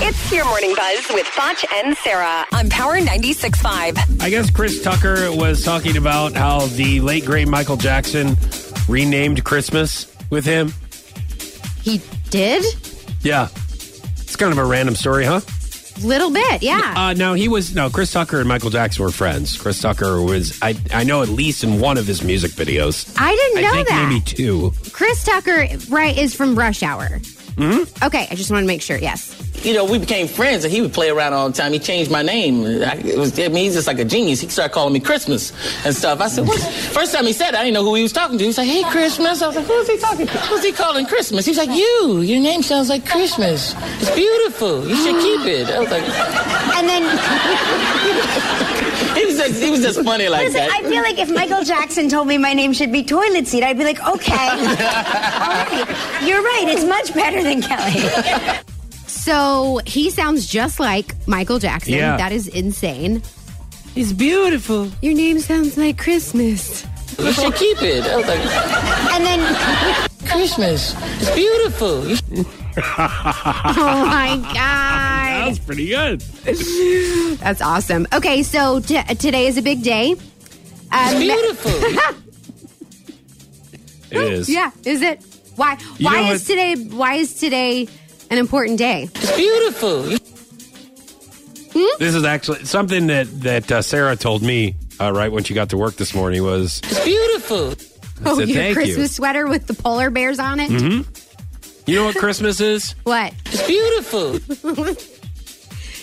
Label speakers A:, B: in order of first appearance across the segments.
A: It's your morning buzz with Foch and Sarah on Power 96.5.
B: I guess Chris Tucker was talking about how the late great Michael Jackson renamed Christmas with him.
C: He did?
B: Yeah. It's kind of a random story, huh?
C: Little bit, yeah.
B: Uh, now he was no Chris Tucker and Michael Jackson were friends. Chris Tucker was I I know at least in one of his music videos.
C: I didn't know
B: I think
C: that.
B: maybe two.
C: Chris Tucker, right, is from Rush Hour. Mm-hmm.
B: Hmm?
C: Okay, I just want to make sure. Yes.
D: you know, we became friends, and he would play around all the time. He changed my name. I, it was, I mean, he's just like a genius. He started calling me Christmas and stuff. I said, what? First time he said, it, I didn't know who he was talking to. He was like, hey, Christmas. I was like, who's he talking to? Who's he calling Christmas? He was like, you. Your name sounds like Christmas. It's beautiful. You should keep it. I was like,
C: And then
D: he was just, he was just funny like
E: Listen,
D: that.
E: I feel like if Michael Jackson told me my name should be toilet seat, I'd be like, okay, all right, you're right. It's much better than Kelly.
C: so he sounds just like Michael Jackson.
B: Yeah.
C: That is insane.
D: It's beautiful.
C: Your name sounds like Christmas.
D: You should keep it. I was like,
E: And then
D: Christmas. It's beautiful. You
C: Oh my god.
B: That was pretty good.
C: That's awesome. Okay, so t- today is a big day. Um,
D: beautiful.
B: It is.
C: Oh, yeah, is it? Why
B: You
C: why
B: know
C: is
B: what-
C: today why is today an important day?
D: It's beautiful. You
B: This is actually something that that uh, Sarah told me uh, right when she got to work this morning was
D: It's beautiful.
C: Oh,
B: said thank
C: your
B: you. Mm-hmm.
C: Christmas sweater with the polar bears on it?
B: you know what Christmas is?
C: What?
D: It's beautiful.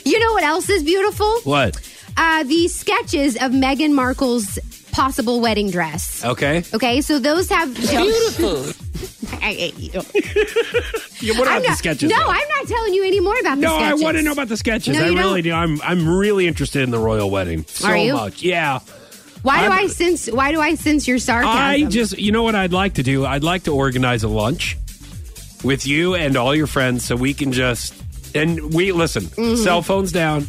C: You know what else is beautiful?
B: What?
C: Uh, the sketches of Meghan Markle's possible wedding dress.
B: Okay.
C: Okay, so those have.
D: Beautiful.
C: I hate you.
B: Yeah, what about
C: I'm
B: the
C: not-
B: sketches?
C: No,
B: though?
C: I'm not telling you any more about the
B: No, I
C: sketches.
B: want to know about the sketches.
C: No,
B: I
C: you
B: really
C: don't.
B: do. I'm I'm really interested in the royal wedding. So
C: Are you?
B: much. Yeah.
C: Why do
B: I'm-
C: I sense? Why do I sense your sarcasm?
B: I just you know what I'd like to do? I'd like to organize a lunch with you and all your friends so we can just and we listen,
C: Mm-hmm.
B: cell phones down.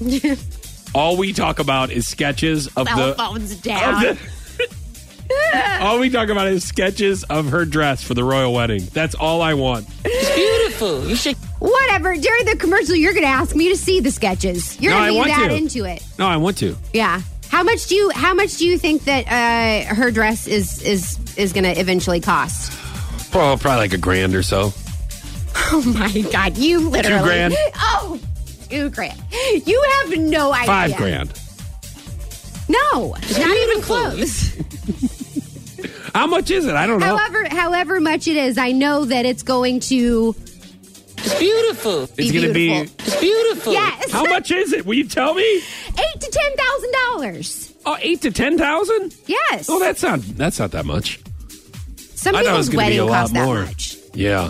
B: all we talk about is sketches of
C: Cell
B: the
C: phones down.
B: all we talk about is sketches of her dress for the royal wedding. That's all I want.
D: It's beautiful. You should
C: Whatever. During the commercial, you're going to ask me to see the sketches. You're
B: No, I
C: going
B: want
C: be that
B: to.
C: into it.
B: No, I want to.
C: Yeah. How much do you? How much do you think that uh, her dress is is is going to eventually cost?
B: Well, probably like a grand or so.
C: Oh my god, you literally
B: grand.
C: Oh, two grand. You have no idea.
B: Five grand.
C: No, not even
D: beautiful.
C: close.
B: How much is it? I don't know.
C: however, however much it is, I know that it's going to
D: It's beautiful.
B: It's
C: be
B: gonna be
C: beautiful.
D: It's beautiful.
C: yes,
B: How much is it? Will you tell me?
C: eight to ten thousand dollars.
B: Oh, eight to ten thousand?
C: Yes.
B: Oh, that's not that's not that much.
C: Some
B: I thought it was gonna
C: people's
B: be
C: wedding
B: a lot
C: costs that
B: more.
C: much.
B: Yeah.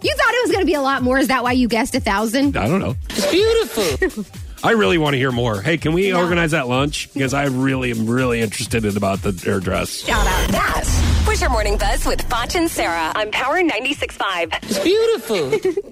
C: You thought it was going to be a lot more. Is that why you guessed a thousand?
B: I don't know.
D: It's beautiful.
B: I really want to hear more. Hey, can we
C: No.
B: organize that lunch? Because I really am really interested in about the hairdress.
A: Shout out. That was your morning buzz with Foch and Sarah on Power 96.5.
D: It's beautiful.